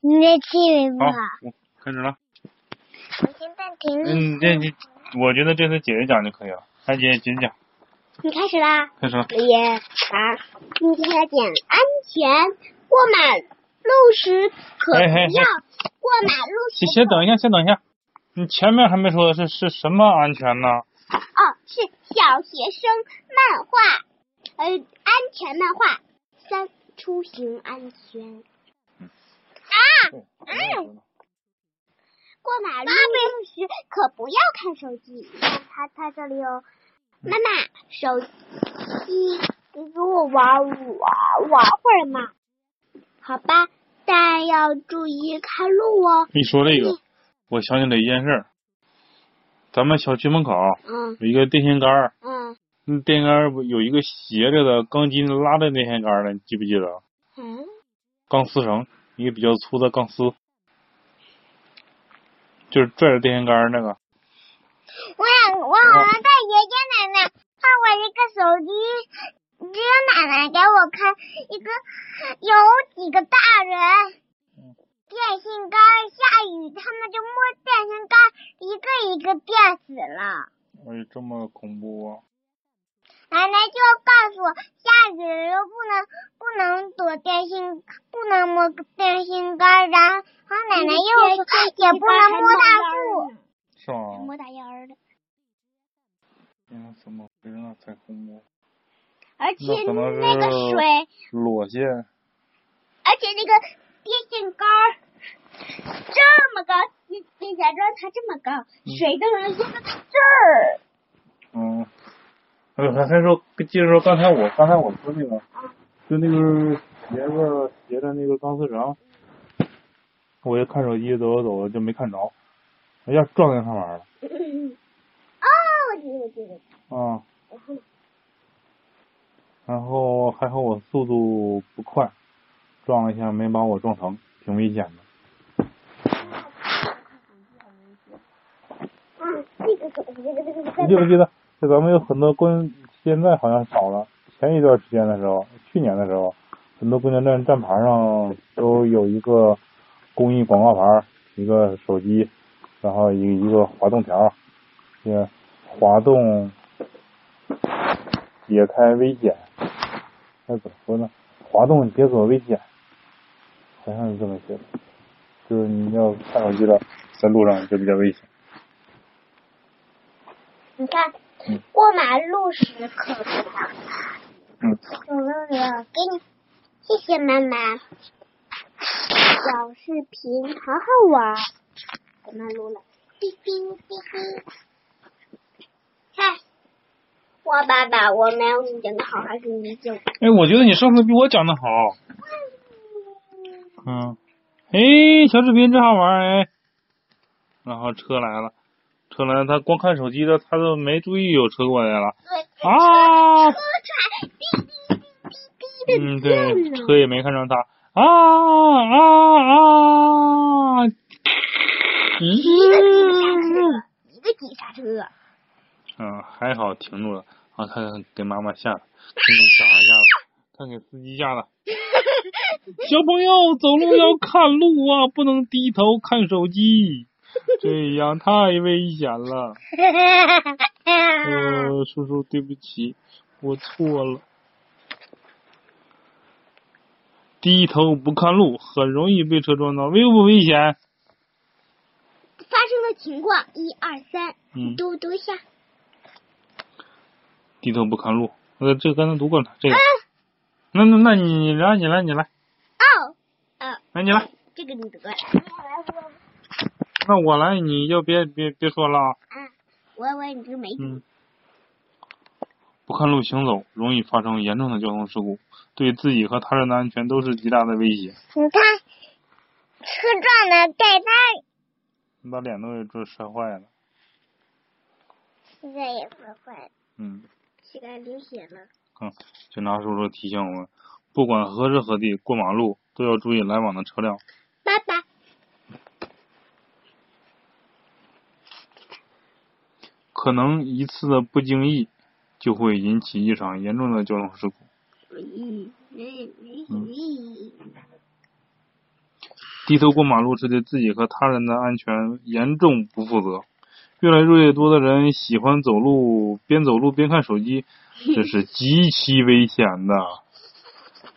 你在气人吧好？，我开始了。我先暂停你。嗯，这你，我觉得这次姐姐讲就可以了。来，姐姐姐姐讲，你开始啦。开始了。耶！啊，今天来讲安全过马路时可不哎哎哎要过马路时先先等一下，先等一下。你前面还没说是是什么安全呢？哦，是小学生漫画，呃，安全漫画三出行安全。啊，嗯过马路时可不要看手机。你看他他这里有，妈妈手机，你给我玩玩玩会儿嘛？好吧，但要注意看路哦。一说这个，我想起了一件事儿。咱们小区门口嗯有一个电线杆儿，嗯那电线杆儿不有一个斜着的钢筋拉的电线杆儿的，你记不记得？嗯，钢丝绳，一个比较粗的钢丝，就是拽着电线杆儿那个。我想我好像在爷爷奶奶看过一个手机，只有奶奶给我看一个有几个大人电线杆儿下雨，他们就摸电线杆儿，一个一个电死了。哎，这么恐怖啊！奶奶就告诉我，下雨了不能不能躲电线，不能摸电线杆儿，然后奶奶又说哎也不能摸大树。是吗？摸大烟儿的，嗯，怎么回事？那才恐怖！而且那可能是那个水。裸线，而且那个电线杆儿这么高，电电线杆儿它这么高，水都能淹到它这儿。嗯，还有还还说，接着说刚才我刚才我说那个，就那个鞋子斜着那个钢丝绳，我就看手机走着走着就没看着，哎呀撞见他玩意儿了哦，我记得，我记得。啊！然后然后还好我速度不快，撞了一下没把我撞疼，挺危险的。嗯，这个这个这个这个你记不记得？就咱们有很多公，现在好像少了。前一段时间的时候，去年的时候，很多公交站站牌上都有一个公益广告牌，一个手机，然后一一个滑动条，一个滑动解开危险，那怎么说呢？滑动解锁危险，好像是这么写的。就是你要看手机了，在路上就比较危险。你看嗯，过马路时可不要嗯，懂了没有？给你，谢谢妈妈。小视频好好玩儿，过马路了，哔哔哔哔。看，我爸爸，我没有你讲的好，还是你讲？哎，我觉得你上次比我讲的好。嗯，哎，小视频真好玩儿哎。然后车来了，车来了，他光看手机的，他都没注意有车过来了。对，啊车船哔哔哔嗯，哔哔对的，车也没看着他。啊啊啊！一个急刹车，一个急刹车。嗯，还好停住了。啊，看看给妈妈吓的，看给傻吓的，看给司机吓的。小朋友走路要看路啊，不能低头看手机，这样太危险了。嗯呃，叔叔，对不起，我错了。低头不看路，很容易被车撞到，危不危险？发生的情况一二三，嗯读读一下。低头不看路，呃，这刚才读过了，这嗯个。那那那你你来你来你来，哦，呃，来你来，这个你得过来。那我来，你就别别别说了啊。啊，我以为你是没读。嗯，不看路行走，容易发生严重的交通事故，对自己和他人的安全都是极大的威胁。你看，车撞了，对他你把脸都给这摔坏了。现在也快坏，嗯，膝盖流血了。嗯，警察叔叔提醒我们，不管何时何地过马路，都要注意来往的车辆。爸爸，可能一次的不经意，就会引起一场严重的交通事故。嗯嗯嗯嗯嗯，低头过马路是对自己和他人的安全严重不负责。越来越多的人喜欢走路，边走路边看手机，这是极其危险的。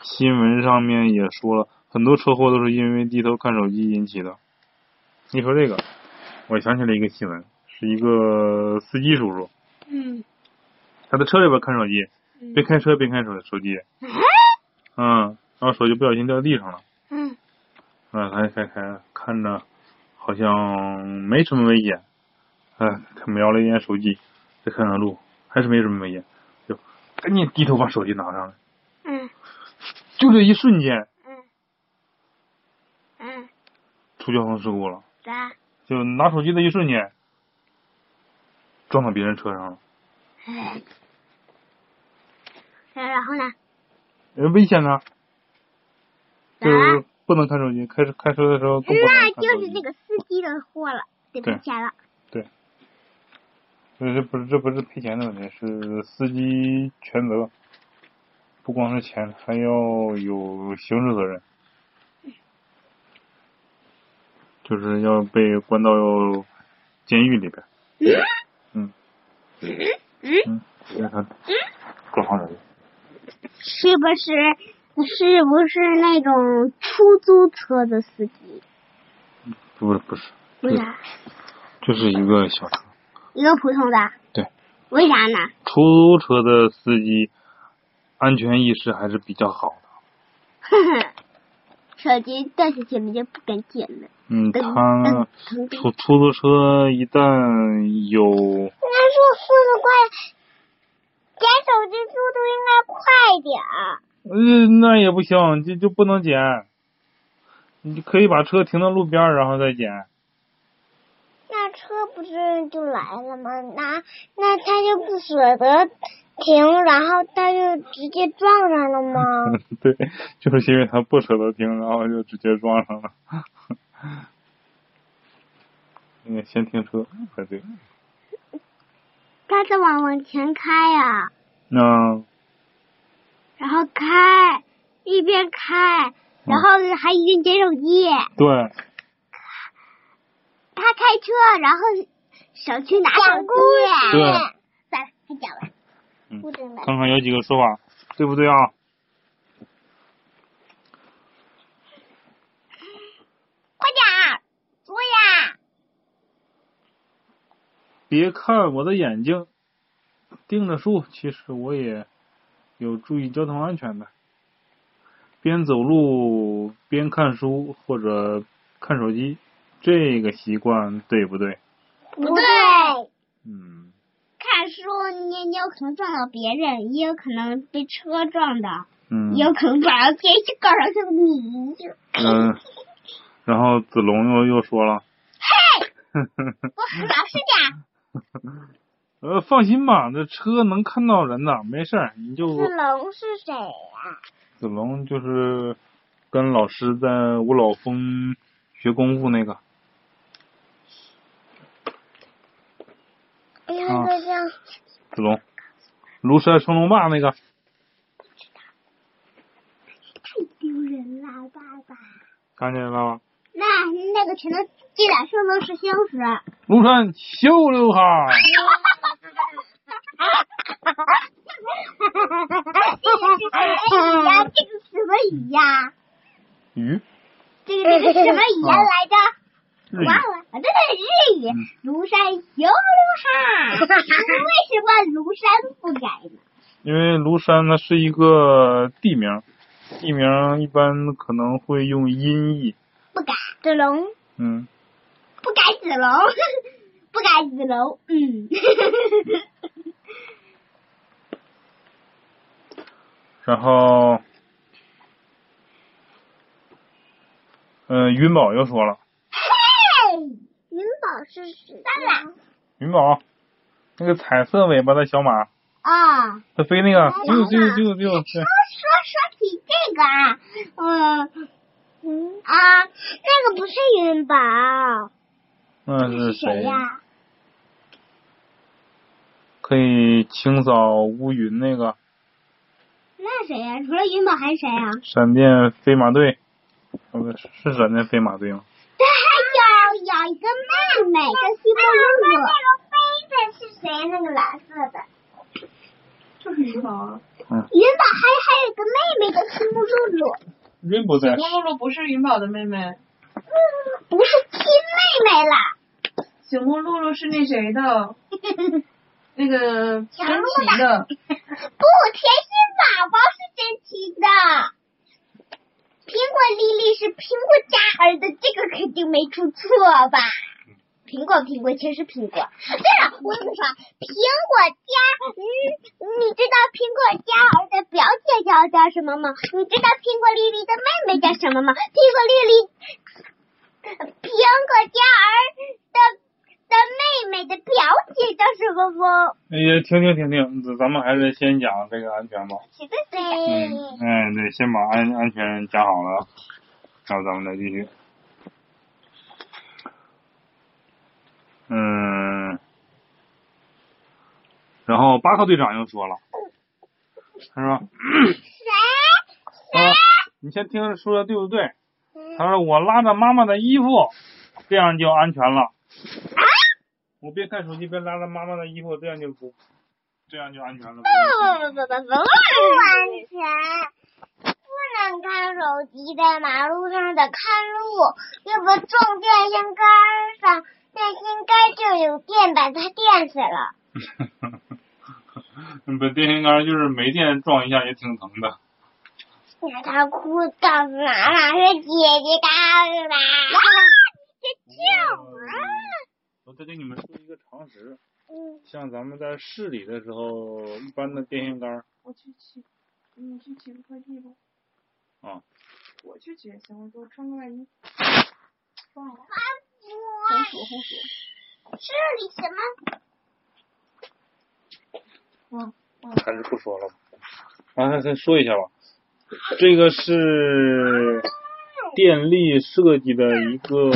新闻上面也说了，很多车祸都是因为低头看手机引起的。你说这个，我想起来一个新闻，是一个司机叔叔，嗯，他在车里边看手机，嗯边开车边看手手机，啊嗯，然后手机不小心掉地上了，嗯嗯，还还还看着好像没什么危险，哎，他瞄了一眼手机，再看看路，还是没什么危险，就赶紧低头把手机拿上来，嗯就这一瞬间嗯嗯，出交通事故了，咋？就拿手机的一瞬间撞到别人车上了，哎，然后呢？呃危险啊呢，就咋了？是不能看手机，开车开车的时候更不能看那手机。就是那个司机的货了，得赔对钱了。这这不是这不是赔钱的问题，是司机全责，不光是钱，还要有刑事责任，就是要被关到监狱 里边。嗯嗯，嗯，让他多放手机。是不是是不是那种出租车的司机？不是不是，为对啥？就是一个小车。一个普通的？对。为啥呢？ 出租车的司机安全意识还是比较好的。哼哼，手机掉下去了就不干净了。嗯，噔他噔噔出出租车一旦有应该说速度快，捡手机速度应该快点儿。呃，那也不行，就就不能捡。你就可以把车停到路边儿，然后再捡。那车不是就来了吗？那那他就不舍得停，然后他就直接撞上了 吗？ 对，就是因为他不舍得停，然后就直接撞上了。 应该先停车才对。他再往往前开呀、那嗯然后开，一边开，然后还一边捡手机。对，他开车，然后手去拿手机。对算了，不讲了，嗯不讲了。看看有几个说法，对不对啊？快点儿，作呀！别看我的眼睛盯着树，其实我也有注意交通安全的。边走路边看书或者看手机，这个习惯对不对？不对。嗯，看书，你你有可能撞到别人，也有可能被车撞到，嗯，也有可能撞到电线杆上像你一样。嗯、然后子龙又又说了，我老实点， 呃，放心吧，这车能看到人的，没事儿，你就子龙是谁啊呀、子龙就是跟老师在五老峰学功夫那个，你看哎这像子龙，庐山升龙霸那个，太丢人了，爸爸。看见了吧？那那个全都这俩树都是哎星石。庐山秀溜哈，这个是什么鱼呀？鱼，这个是什么鱼呀？这个是什么鱼呀来着？日忘语，了，这是日语嗯。庐山有 哈，为什么庐山不改呢？因为庐山呢是一个地名，地名一般可能会用音译，不改子龙，嗯，不改子龙， 不改子龙，嗯。然后，呃，云宝又说了，嘿，云哦宝是谁？当然云宝，那个彩色尾巴的小马，啊。它飞那个，就就就就，对说说说起这个啊，嗯嗯啊，那个不是云宝，那那是是谁谁？呀？可以清扫乌云那个那谁呀？除了云宝还是谁呀？闪电飞马队，嗯是真的飞马队吗？这还有有一个妹妹跟西伯露露。那个飞的是谁？那个蓝色的。就是云宝啊。云嗯，宝还还有一个妹妹跟西伯露露，人不在露。露露不是云宝的妹妹，不是亲妹妹啦。醒目露露是那谁 的，那个小真鹿奇的，不，甜心宝宝是真奇的，苹果丽丽是苹果嘉儿的，这个肯定没出错吧？苹果，苹果，全是苹果。对了，我跟你说，苹果嘉，嗯，你知道苹果嘉儿的表姐叫叫什么吗？你知道苹果丽丽的妹妹叫什么吗？苹果丽丽，苹果嘉儿的的妹妹的表姐叫什么吗？哎呀，停停停停，咱们还是先讲这个安全吧。谁的谁？嗯，哎，对，先把安安全讲好了，然后咱们再继续。嗯，然后巴克队长又说了，他说谁？：“他说你先听说的对不对？”嗯他说：“我拉着妈妈的衣服，这样就安全了。啊我边看手机边拉着妈妈的衣服，这样就不，这样就安全了。”不不不不安全，不能看手机，在马路上得看路，要不撞电线杆儿上，电线杆儿就有电把它电死了。嗯 不，电线杆儿就是没电撞一下也挺疼的。那他哭到妈妈说：“姐姐干嘛？”这叫啊！嗯我再给你们说一个常识，嗯，像咱们在市里的时候，一般的电线杆儿我去取，你去取个快递吧。啊。我去取也行，我给我穿个外衣。忘了，我红薯红薯，这里什么？忘忘了。还是不说了吧。啊，再说一下吧。这个是电力设计的一个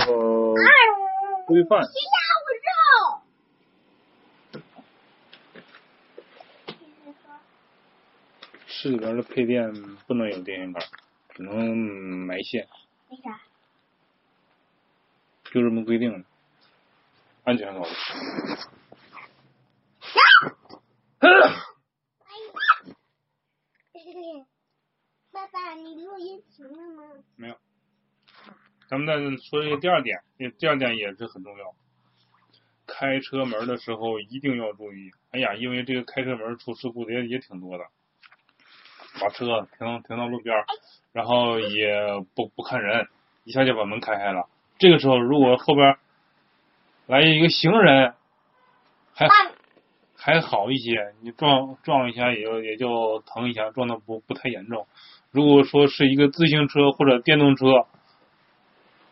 规范。吃鸭肉。市里边的配电不能有电线杆儿，只能埋线，为啥？就这么规定的，安全考虑。 爸爸，你录音停了吗？没有。咱们再说一个第二点，这第二点也是很重要。开车门的时候一定要注意。哎呀，因为这个开车门出事故的也也挺多的，把车停到停到路边儿，然后也不不看人，一下就把门开开了。这个时候，如果后边儿来一个行人，还还好一些，你撞撞一下也就也就疼一下，撞的不不太严重。如果说是一个自行车或者电动车，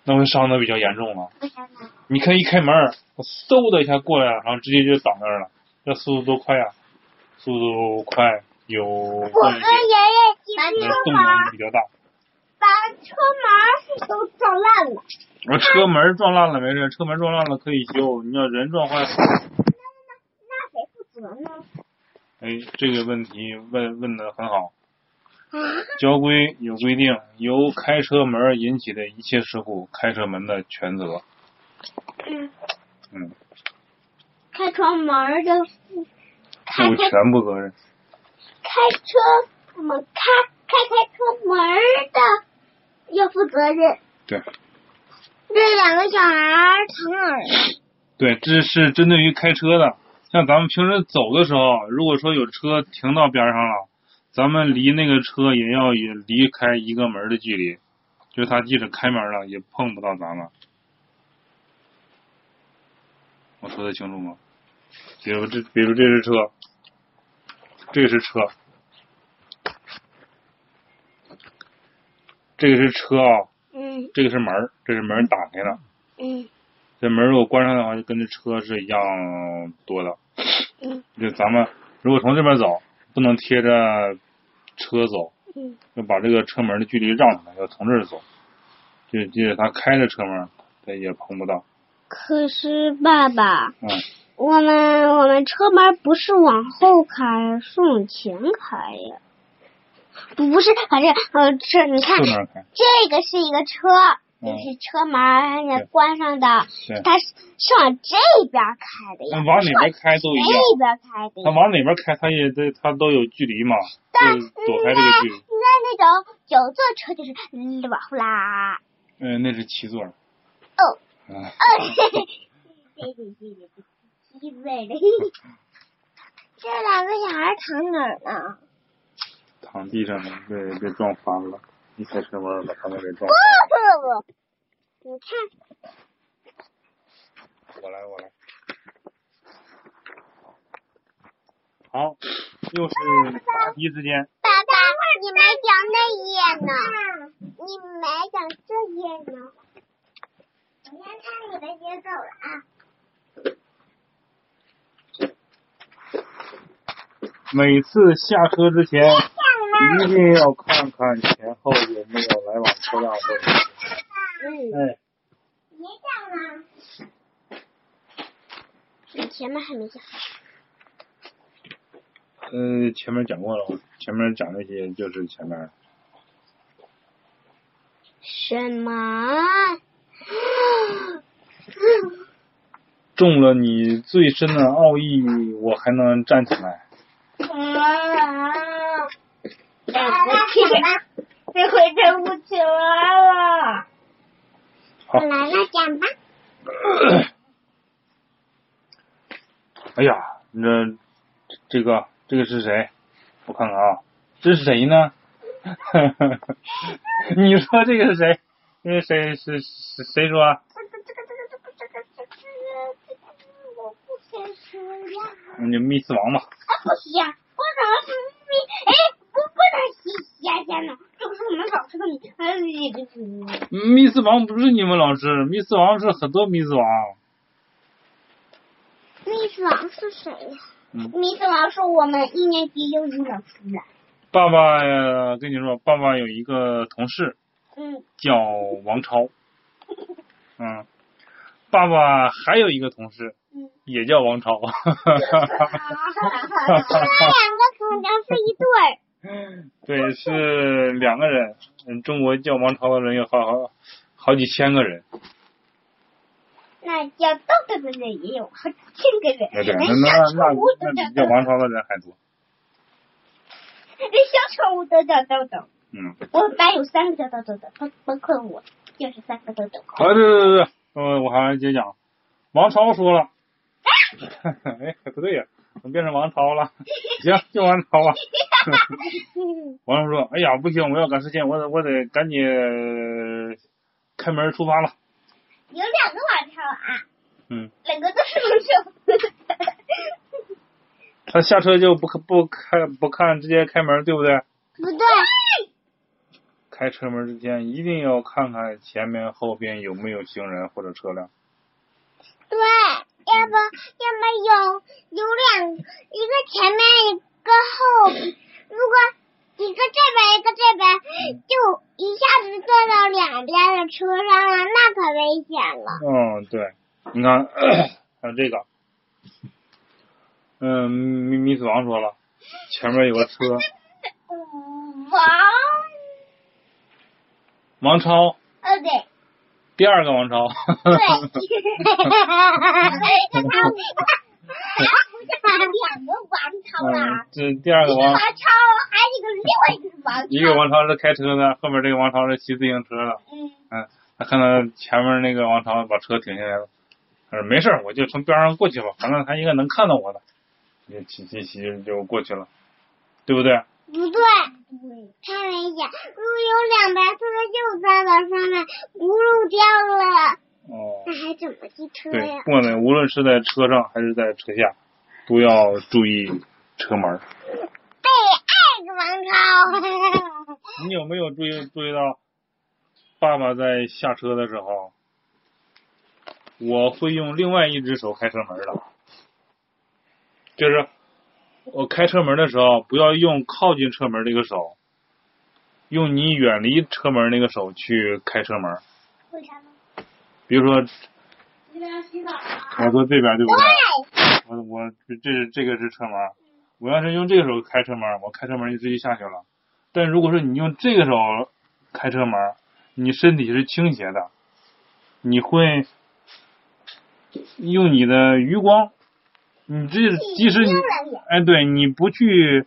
那会伤的比较严重了。为啥呢？你看一开门儿，嗖的一下过来了，然后直接就挡那儿了，这速度多快啊！速度快，有我惯跟性，爷爷去那出动门，能比较大。把车门都撞烂了。然后车门儿撞烂了没事，车门儿撞烂了可以修。你要人撞坏了，那谁负责呢？哎，这个问题问问的很好。啊，交规有规定，由开车门引起的一切事故，开车门的全责。嗯，嗯，开车门的负，开负开全部责任。开车怎么开开开车门的要负责任。对，这两个小孩儿躺哪儿了？对，这是针对于开车的。像咱们平时走的时候，如果说有车停到边上了，咱们离那个车也要也离开一个门的距离，就是他即使开门了，也碰不到咱们。我说的清楚吗？比如这，比如这是车，这是车，这个是车啊，嗯这个是门儿，这是门儿打开了。嗯这门如果关上的话，就跟这车是一样多的。嗯就咱们如果从这边走，不能贴着车走，嗯要把这个车门的距离让出来，要从这儿走。就即使他开着车门，他也碰不到。可是爸爸，嗯，我们我们车门不是往后开，是往前开呀。不是，反正呃，这你看就，那儿开，这个是一个车，这嗯是车门儿人家对关上的，对，它是是往这边儿开的那呀，往哪边开都一样，哎这边儿开的他呀。往哪边开，他也得他都有距离嘛，但嗯就你躲开在这个距离。你在那种九座车就是往后 拉，嗯，那是七座儿。哦啊，哦，嘿嘿，这这这这鸡味的。这两个小孩躺哪儿呢？躺地上了，被被撞翻了，一开车门把他们给撞不不不，你看我来，我来。好，又是答题时间。爸爸，你没讲那页呢，你没讲这页呢。我先看你们别走了啊。每次下车之前，想一定要看看前后有没有来往车辆或者……嗯，哎，别讲了。你前面还没讲，呃，前面讲过了，前面讲那些就是前面。什 么？中了你最深的奥义，我还能站起来。哎，我这回真不起来了。好来了，讲吧。 哎呀，你这这个这个是谁？我看看啊，这是谁呢？ 你说这个是谁？那个谁是谁谁说啊？这个这个这个这个这个这个这个，我不想说呀。你就密斯王吧。啊，不行，我怎么从没？哎，不不能洗鞋先呢，这不是我们老师的你，哎，你这个密斯王不是你们老师，密斯王是很多密斯王。密斯王是谁呀、嗯密斯王是我们一年级英语老师了。爸爸呃跟你说，爸爸有一个同事嗯，叫王超，嗯，爸爸还有一个同事嗯也叫王超。他们两个可能是一对儿。对，是两个人。嗯，中国叫王朝的人有好好好几千个人。那叫豆豆的人也有好几千个人，那对，那连那小那宠物都那叫比叫豆王朝的人还多。豆，连哎小宠物都叫豆豆。嗯，我们班有三个叫豆豆的，包包括我，就是三个豆豆。 好，对对对对，呃，我还接讲，王朝说了， 哎，不对呀、怎么变成王朝了？ 行，就王朝吧。嗯王朝说，哎呀，不行，我要赶时间，我得我得赶紧呃开门出发了。有两个王朝啊。嗯，两个都是龙首。他下车就不不开不看，直接开门，对不对？不对，开车门之前一定要看看前面后边有没有行人或者车辆。对，要不要么有有两一个前面一个后，如果一个这边一个这边，就一下子坐到两边的车上了，那可危险了。 嗯，对，你看， 还有这个，嗯，米米子王说了，前面有个车，嗯王，王超，呃对第二个王超，对， 他他两个王朝嗯啊，，这第二一个个王王，朝，还有一个另外一个王朝。一个王超是开车的，后面这个王超是骑自行车的，嗯。嗯，他看到前面那个王朝把车停下来了，他说没事儿，我就从边上过去吧，反正他应该能看到我的，就骑骑骑就过去了，对不对？不对，太危险！如果有两台车就在我上面轱辘掉了，哦，那还怎么进车对，呀不？管在无论是在车上还是在车下，都要注意车门儿。被爱的王朝， 你有没有注意注意到，爸爸在下车的时候，我会用另外一只手开车门儿的，就是我开车门儿的时候，不要用靠近车门儿这个手，用你远离车门儿那个手去开车门儿。为啥呢？比如说，你要洗澡啊？我坐这边对不对？对，我我这这这个是车门儿，我要是用这个手开车门儿，我开车门儿就直接下去了。但如果说你用这个手开车门，你身体是倾斜的，你会用你的余光，你这即使你盯了眼，哎，对，你不去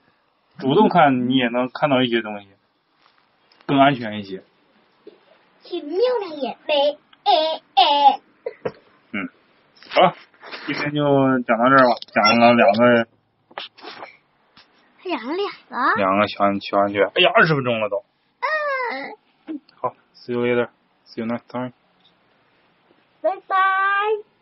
主动看，你也能看到一些东西，更安全一些。去瞄了眼，没，哎哎，好了，今天就讲到这儿吧，讲了两个两两个，两个小安小安全，哎呀，二十分钟了都。嗯，好，see you later，see you next time。拜拜。